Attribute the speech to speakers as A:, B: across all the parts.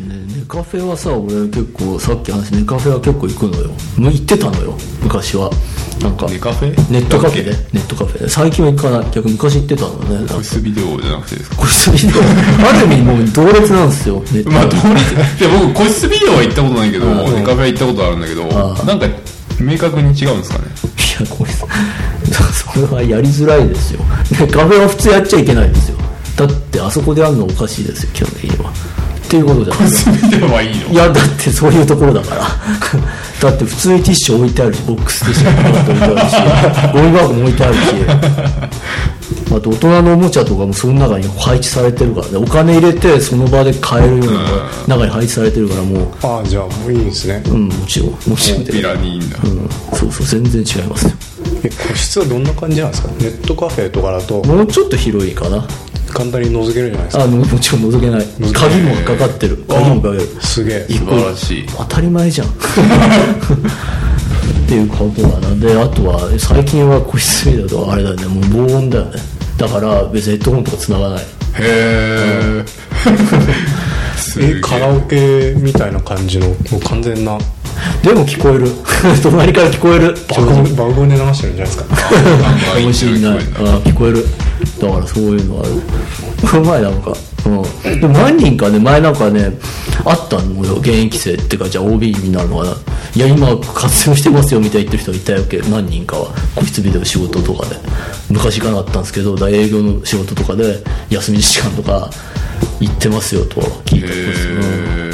A: ねネカフェはさ俺結構さっき話したネカフェは結構行くのよもう行ってたのよ昔はなんか
B: ネカフェ
A: ネットカフェでネットカフェで最近は行かない逆に昔行ってたのねなんか
B: オフィスビデオじゃなくてですか
A: 個室ビデオある意味もう同列なんですよネット
B: まあ、通り、いや、僕、個室ビデオは行ったことないけど、
A: ああ
B: ネカフェは行ったことあるんだけど、なんか、明確に違うんですかね。
A: いやこれさそれはやりづらいですよでカフェは普通やっちゃいけないんですよだってあそこであるのおかしいですよ基本的にはっていうことじゃない
B: 個室ビデオはいいの
A: いやだってそういうところだから だって普通にティッシュ置いてあるしボックスティッシュ置いてあるしゴミバッグも置いてあるしまあ、あと大人のおもちゃとかもその中に配置されてるからねお金入れてその場で買えるような中に配置されてるからもう
C: ああじゃあもういいんですね
A: うんもちろんもちろんで
B: ピラにいいんだ。
A: うん、そうそう全然違いますよ
C: え個室はどんな感じなんですかネットカフェとかだと
A: もうちょっと広いかな
C: 簡単に覗けるじゃないですか
A: あのもちろん覗けない鍵もかかってる鍵もかかる
C: すげえ
B: 素晴らしい。
A: 当たり前じゃん っていうことなのであとは最近は個室ビデオとかあれだよねもう防音だよねだから別にヘッドホンとか繋がない
B: へー。 すげ
C: えカラオケみたいな感じのもう完全な
A: でも聞こえる 隣から聞こえる
C: 爆音爆音で流してるんじゃないですか
B: か
A: かもしれない
B: いい
A: あ聞こえるだからそういうのあるこの前なんか、うん、でも何人かね前なんかねあったのよ現役生っていうかじゃあ OB になるのかないや今活用してますよみたいに言ってる人がいたわけ何人かは個室ビデオ仕事とかで昔行かなかったんですけどだ営業の仕事とかで休み時間とか行ってますよとは聞いた
B: へ
A: ことですよ、うん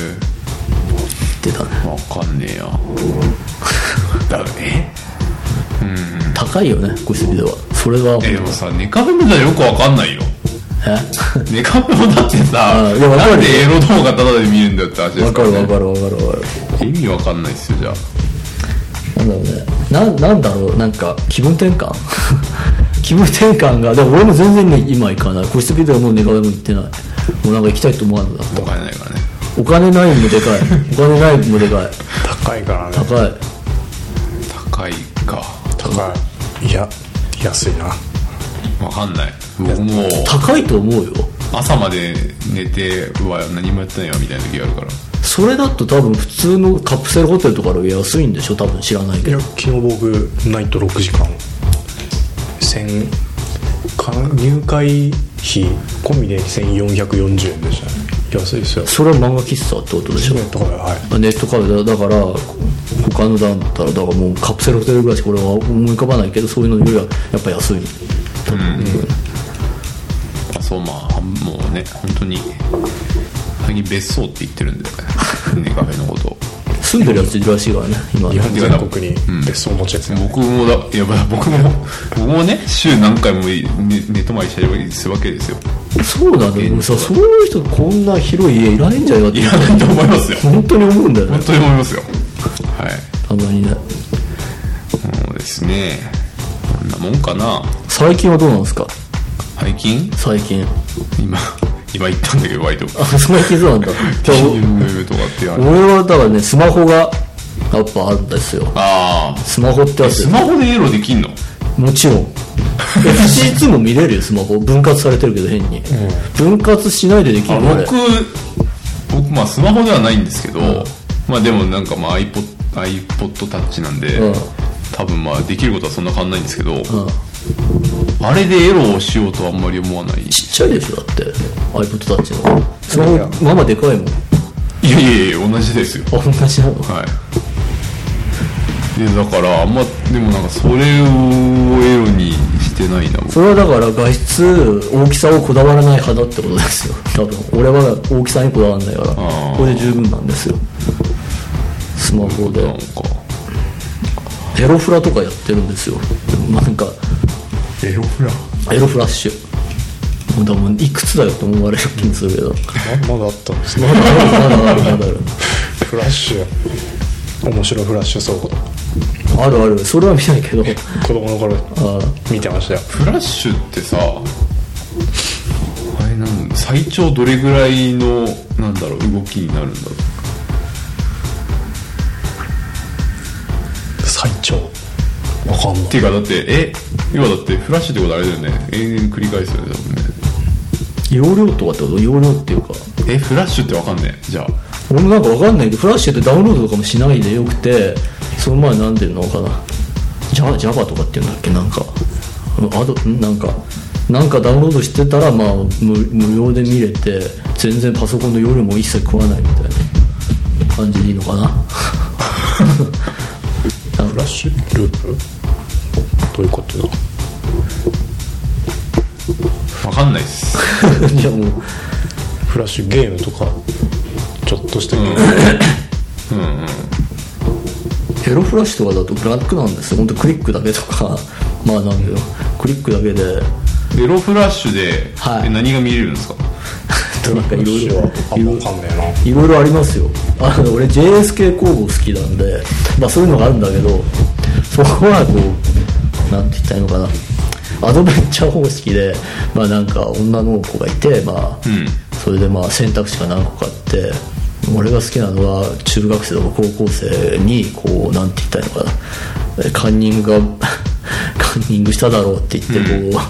A: 言ってたね
B: ー。わかんねえや。だね。
A: 高いよね個室ビデオはそれは
B: え、でもさ、ネカフェみたいなよくわかんないよ。
A: え
B: ネカフェもだってさ、
A: うんいやわかるよ
B: なんでエロ動画ただで見るんだよって話で
A: わ
B: す
A: か
B: から
A: る
B: ね
A: わ。かるわかるわかる
B: 意味わかんないっすよ、じゃあ。
A: なんだろうねななんだろうなんか気分転換 気分転換がでも俺も全然ね今行かない個室ビデオもネガでも行ってないもうなんか行きたいと思わんのだ
B: お金ないからね。
A: お金ないのもでかいお金ないのもでかい
C: 高いからね
A: 高い
B: 高いか。
C: 高いいや安いな
B: わかんない。僕もう。
A: 高いと思うよ
B: 朝まで寝てうわ何もやってないわみたいな時あるから
A: それだと多分普通のカプセルホテルとかより安いんでしょ多分知らない
C: い
A: けど
C: や昨日僕ナイト6時間1000か入会費込みで1440円でしたね安いですよ
A: それは漫画喫茶ってことでしょ
C: とかはい
A: ネットカフェだだから他のだったらだからもうカプセルホテルぐらいしか俺は思い浮かばないけどそういうのよりはやっぱ安い
B: あそうまあもうね本当に最近別荘って言ってるんだよねネカフェのことを
A: 住んでるやついるらしいからね今
C: 日
A: ね
C: 本全国に別荘持ちですね、
B: 僕もだいやまあ僕も僕もね週何回も寝寝泊まりしたりするわけですよ
A: そうなんだよもうさそういう人こんな広い家いらないんじゃないかって
B: いらないと思いますよ
A: 本当に思うんだよね
B: 本当に思いますよはい
A: たまにね
B: そうですねこんなもんかな
A: 最近はどうなんですか
B: 最近
A: 最近
B: 今今言ったんだけど割と
A: あ最近そうなんだ じゃあ
B: TMM とかっていう
A: お
B: 話
A: 俺はだからねスマホがやっぱあるんですよ
B: ああ
A: スマホってあっ
B: ス
A: て
B: マホでエロできんの
A: も ちろん FC2 も見れるよスマホ分割されてるけど変に、分割しないでできるのあれ
B: 僕僕まあスマホではないんですけど、まあでもなんかまあ iPod, iPod タッチなんで、
A: うん
B: 多分まあできることはそんな変わんないんですけど、あれでエロをしようとはあんまり思わない
A: ちっちゃいでしょだって iPod タッチのスマホまあまあでかいもんあ
B: いやいやいや同じですよ
A: 同じなの
B: はいでだからあんまでもなんかそれをエロにしてないな僕
A: それはだから画質大きさをこだわらない派だってことですよ多分俺は大きさにこだわらないから
B: ー
A: これで十分なんですよスマホで
B: なんか
A: エロフラとかやってるんですよなんか
B: エロフラ
A: エロフラッシュもうだもんいくつだよって思われる気もするけど
C: ままだあったんですね
A: まだあるまだあるまだある
C: フラッシュ面白フラッシュ倉庫とか
A: あるあるそれは見ないけど
C: 子供の頃
A: あ
C: 見てましたよ
B: フラッシュってさあれなん最長どれぐらいのなんだろう動きになるんだろう
C: 最長わかんな
B: っ
C: い
B: ていうかだってえ今だってフラッシュってことあれだよね永遠に繰り返すよね多分ね
A: 容量とかってこと容量っていうか
B: えフラッシュってわかんねえじゃあ
A: 俺もなんかわかんないけどフラッシュってダウンロードとかもしないでよくてその前なんていうのかな Java, Java とかっていうんだっけなんかあとなんかなんかダウンロードしてたらまあ無無料で見れて全然パソコンの容量も一切食わないみたいな感じでいいのかな
C: フラッシュループどういうことだ
B: わかんないっす
A: いやもう
C: フラッシュゲームとかちょっとしたゲーム、
A: ヘロフラッシュとかだとブラックなんですよ本当クリックだけとかまあなんだよクリックだけで
B: エロフラッシュで、
A: はい
B: え何が見れるんですか
A: となんかいろいろ
C: あんまわかんねえない
A: ろいろありますよあの俺 JS 系工房好きなんで、まあ、そういうのがあるんだけどそこはこうなんて言ったらいいのかなアドベンチャー方式でまあなんか女の子がいてまあ、それでまあ選択肢が何個かあって俺が好きなのは中学生とか高校生にこうなんて言ったらいいのかなカンニングが カンニングしただろうって言ってこう、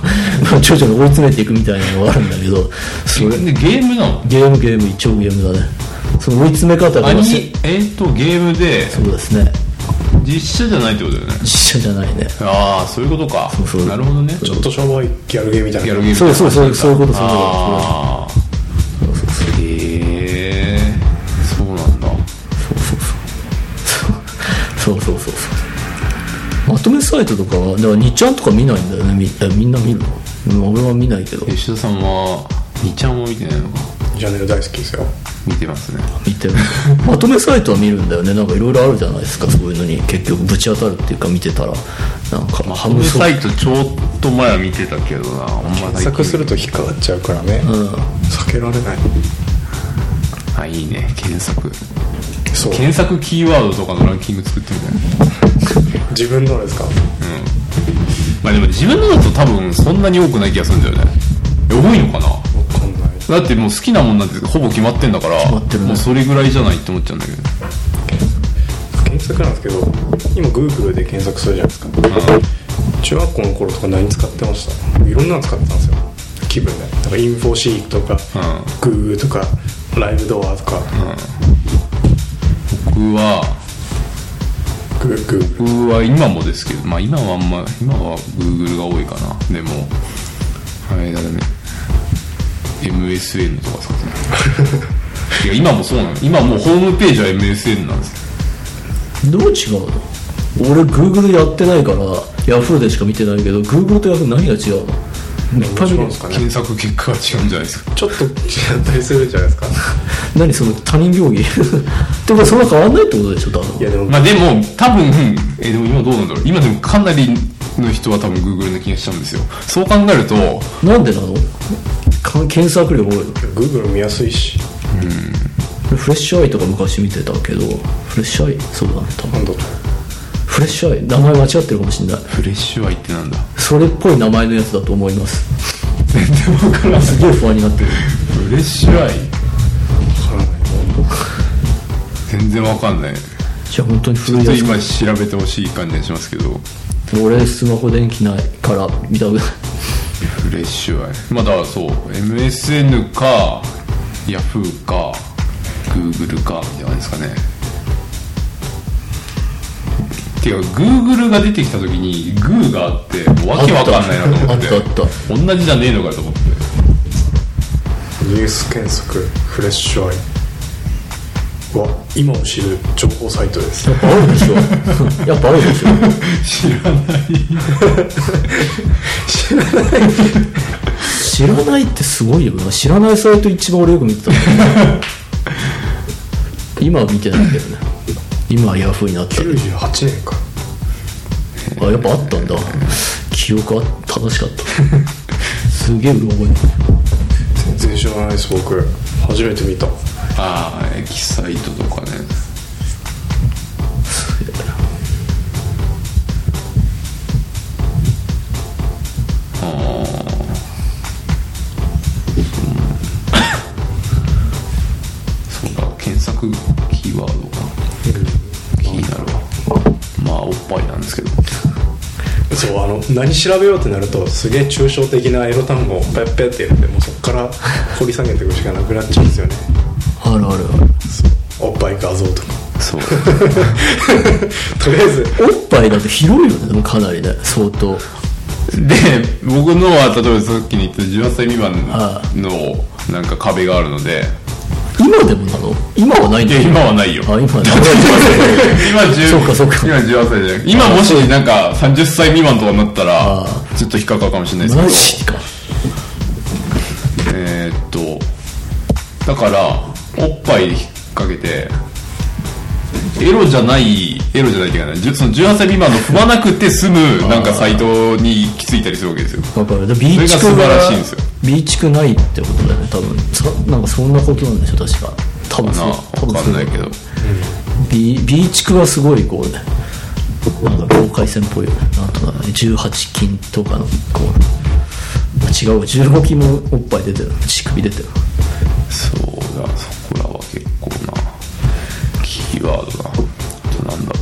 A: 徐々に追い詰めていくみたいなのがあるんだけどそれ
B: でゲームなの
A: ゲームゲーム一応ゲームだねその追い詰め方
B: ア
A: が
B: ニ
A: せ
B: えっとゲームで
A: そうですね
B: 実写じゃないってことだよね
A: 実写じゃないね
B: ああそういうことか
A: そう
B: なるほどね
C: ちょっとしょぼいギャルゲーみたいな
B: ギャルゲーム
A: そうそうそうそういうことそういうこ
B: ああへえそうなんだ
A: とそうそうそうそうまとめサイトとかはだから2ちゃんとか見ないんだよねみみんな見るのうん俺は見ないけど
B: 吉田さんは2ちゃんも見てないのか
C: ジャンネル大好きですよ
B: 見てますね
A: 見 てるまとめサイトは見るんだよねなんかいろいろあるじゃないですかそういうのに結局ぶち当たるっていうか見てたらなんかハ
B: ハム
A: ムソ
B: サイトちょっと前は見てたけどなあんま
C: 検索すると引っかかっちゃうからね、
A: ん
C: 避けられない
B: あいいね検索
C: そう
B: 検索キーワードとかのランキング作ってみたいな
C: 自分のですか
B: まあでも自分のだと多分そんなに多くない気がするんだよねえ多いのかな
C: わかんない
B: だってもう好きなもんなんてほぼ決まってんだから
A: まってるね
B: もうそれぐらいじゃないって思っちゃうんだけど
C: 検索なんですけど今 Google で検索するじゃないですか、中学校の頃とか何使ってましたいろんなの使ってたんですよ気分でなんかインフォシートとか、グーグーとかライブドアとか、
B: 僕は
C: グーグー
B: 僕は今もですけどまあ今はあんま今は Google が多いかなでもあれだね MSN とか使って たいや今もそうなの今もうホームページは MSN なんですよ
A: どう違うの俺 Google やってないから Yahoo でしか見てないけど Google と Yahoo 何が違うのいっぱい見
C: 違う
A: る
C: んですかね
B: 検索結果は違うんじゃないですか
C: ちょっと違ったりするじゃないですか
A: 何その他人行 儀ってことはそんな変わんないってことでしょ多分
C: いやでも、
B: まあでも多分えでも今どうなんだろう今でもかなりの人は多分 Google な気がしちゃうんですよそう考えると
A: なんでなのか検索量多いの
C: Google 見やすいし
A: フレッシュアイとか昔見てたけどフレッシュアイそうだね多分
C: 何だと
A: フレッシュアイ名前間違ってるかもしれない
B: フレッシュアイってなんだ
A: それっぽい名前のやつだと思いますすげえ不安になってる
B: フレッシュアイ
C: わからない
B: 全然わかんない
A: じゃあ本当に
B: ち
A: 古
B: ょっ
A: い
B: と
A: やつ
B: 今調べてほしい感じがしますけど
A: 俺スマホ電気ないから見たくない
B: フレッシュアイまあだからそう MSN か Yahoo か Google かみたいな感じですかねていうか Google が出てきた時に Goo があってわけわかんないなと思って
A: あったあっ
B: 同じじゃねえのかと思って
C: ニュース検索フレッシュアイは今を知る情報サイトです
A: あるで しょやっぱあるでしょ
B: 知らない
A: 知らないってすごいよな知らないサイト一番俺よく見て たもん今は見てないけどね今はヤフーにな ったけ
C: 98年か
A: どあやっぱあったんだ記憶は正しかった すげえうろ覚え
C: 全然知らないです僕初めて見た
B: ああエキサイトとかねあーそうそうだ検索キーワードが気になるわまあおっぱいなんですけど
C: そうあの何調べようってなるとすげえ抽象的なエロ単語をペッペッってやってもうそこから掘り下げていくしかなくなっちゃうんですよね
A: あるある
C: おっぱい画像とか
B: そう
C: とりあえず
A: あるおっぱいだと広いよねでもかなりね相当
B: で僕のは例えばさっきに言った18歳未満のなんか壁があるので
A: 今でもなの今はないん
B: い
A: だ
B: や
A: よ
B: 今はないよ
A: あ今はない
B: 今10
A: そうかそうか
B: 今18歳じゃなくて今もしなんか30歳未満とかになったらちょっと引っかかるかもしれない
A: マ
B: です
A: ジか
B: けどえーっとだからおっぱいで引っ掛けてエロじゃないエロじゃないっていうかねじゅその18歳未満の踏まなくて済むなんかサイトに行き着いたりするわけですよ
A: だからビーチ
B: そ
A: 区
B: れが素晴ら
A: が
B: しいんですよ
A: ビーチ区ないってことだよね多分そなんかそんなことなんでしょ確か多分
B: な
A: そう多分
B: わか
A: そうん
B: ないけど
A: ビビーチ区はすごいこうねなんか境界線っぽいよねなんとかね18金とかのこうあ違うわ15金もおっぱい出てる乳首出てる
B: そうだそこらは結構なキーワードだあとなんだろ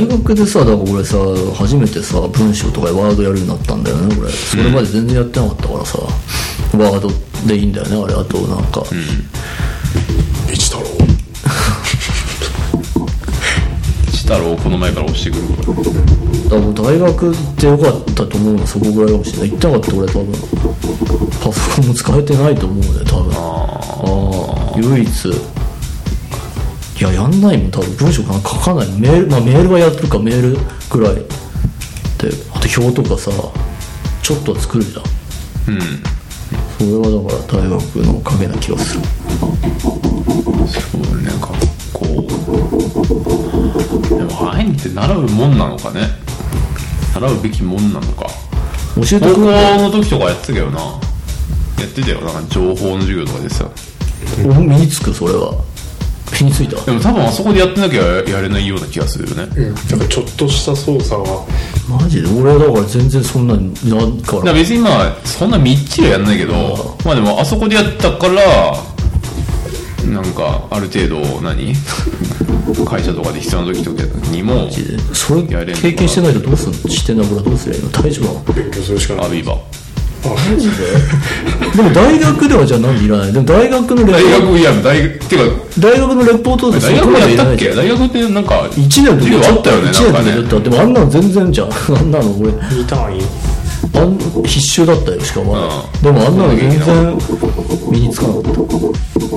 B: う
A: 大学でさだから俺さ初めてさ文章とかワードやるようになったんだよね俺それまで全然やってなかったからさ、ワードでいいんだよねあれあとなんか、
C: 一太郎
B: したらこの前から押してくるから
A: だから大学ってよかったと思うのはそこぐらいかもしれない行ってなかった俺多分パソコンも使えてないと思うね多分ああ唯一いややんないもん多分文章かな書かないメールまあメールはやってるかメールぐらいであと表とかさちょっとは作るじゃんうんそれはだから大学のおかげな気がする
B: そうねかっこでもああいうのって習うもんなのかね習うべきもんなのか
A: 教えて
B: 高
A: く
B: 校
A: れない
B: の時とかやってたけどなやってたよなんか情報の授業とかでさ
A: お身につくそれは身についた
B: でも多分あそこでやってなきゃやれないような気がするよね
C: うんだからちょっとした操作は
A: マジで俺だから全然そんなになんか
B: だからら別にまあそんなみっちりはやんないけどまあでもあそこでやったからなんかある程度何 会社とかで必要な時とかにも
A: それ
B: やれんのかな
A: 経験してないとどうすんのしてんのこれどうすりゃいいの大丈夫なの
C: 勉強するしかな
B: ア
C: い
B: ビーバ
A: でも大学ではじゃあなんでいらないでも大学のレポ
B: 大
A: ート
B: 学いや大学っていうか
A: 大学のレポートで
B: 大
A: そ
B: 学
A: こ
B: も
A: まで
B: やっ
A: いら
B: た
A: な
B: っ
A: いじ
B: け
A: ゃん
B: 大学ってなんか
A: 1年の時
B: 授業
A: ちょ
B: あ
A: っ
B: ったよね
A: 1年の
B: なんか
A: 時
B: ね
A: だったでもあんなの全然じゃん あんなの俺
C: 2単位
A: あん必修だったよしかも、
B: うん
A: でもあんなの全然身につかなかった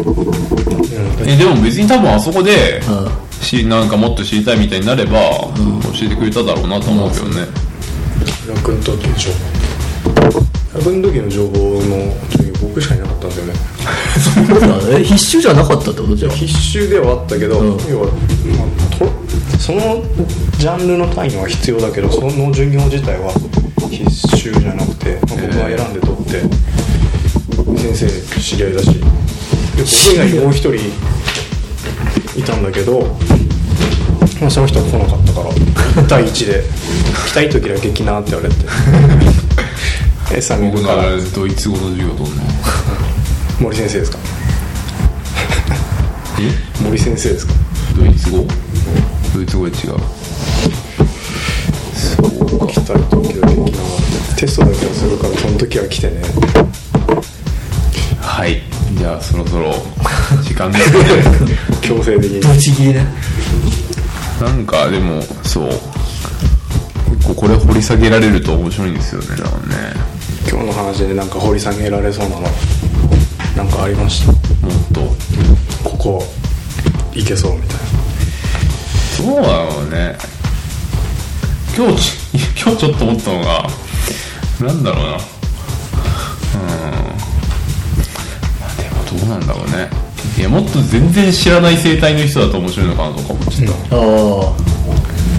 B: えでも別に多分あそこでしなんかもっと知りたいみたいになれば教えてくれただろうなと思うけどね
C: 楽の時の情報楽の時の情報の授業僕しかいなかったんだよね
A: そうだ ねえ必修じゃなかったってことじゃん
C: 必修ではあったけど、
A: うん
C: 要は、まあとそのジャンルの単位は必要だけどその授業自体は必修じゃなくて、まあ僕は選んで取って、先生知り合いだしで僕以外にもう一人いたんだけど、まあ、その人は来なかっ たから1対1で来たい時だけ来なって言われて S さんに
B: 僕のあれドイツ語の授業とね
C: 森先生ですか森先生ですか
B: ドイツ語ドイツ語で違う
C: 来たい時だけ来なテストだけはするからその時は来てね
B: はいじゃあそろ そろ時間ですね
C: 強制的に
A: ぶち切りね
B: なんかでもそう結構これ掘り下げられると面白いんですよねだからね
C: 今日の話でなんか掘り下げられそうなのなんかありました
B: もっと
C: ここいけそうみたい
B: そうだろうね今日ち 今日ちょっと思ったのがなんだろうなうーんまあでもどうなんだろうねいやもっと全然知らない生態の人だと面白いのかなとか思っちゃった、
A: ああい
B: い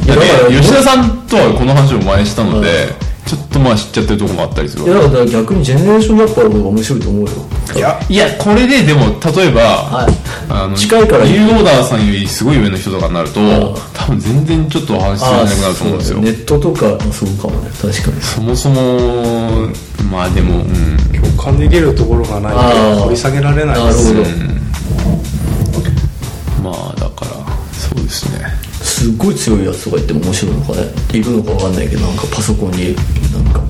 B: や
A: やだから
B: ね吉田さんとはこの話を前にしたので、ちょっとまあ知っちゃってるとこもあったりする
A: いや
B: わ
A: だから逆にジェネレーションギャップある方が面白いと思うよ
C: ないや
B: いやこれででも例えば、
A: はい
B: あの
A: 近いから
B: ニューオーダーさんよりすごい上の人とかになると多分全然ちょっとお話し
A: あ
B: ら
A: あ
B: なくなると思うんですよ
A: ネットとかもそうかもね確かに
B: そもそもまあでもうん
C: 共感できるところがない
A: あー
C: 掘り下げられないです
A: なるほど
B: まあだからそうですね
A: そすっごい強いやつとか言っても面白いのかねいるのかわかんないけどなんかパソコンになんか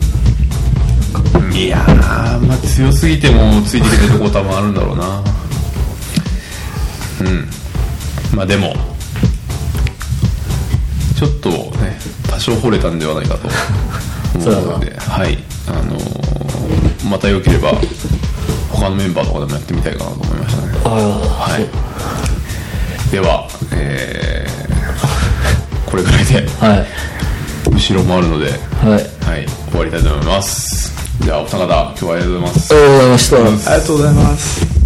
B: いやー、まあ、強すぎてもついてくれるとこ多分あるんだろうなうんまあでもちょっとね多少惚れたんではないかと
A: そうだ
B: 思
A: な
B: うのではいあのーまたよければ他のメンバーとかでもやってみたいかなと思いましたね
A: あ
B: はいではえー、これぐらいで
A: あはい
B: 後ろもあるので
A: はい
B: はい、終わりたいと思います。じゃあ、お二方、今日はありがとうございます。
A: ありがとうございました
C: りがとうございます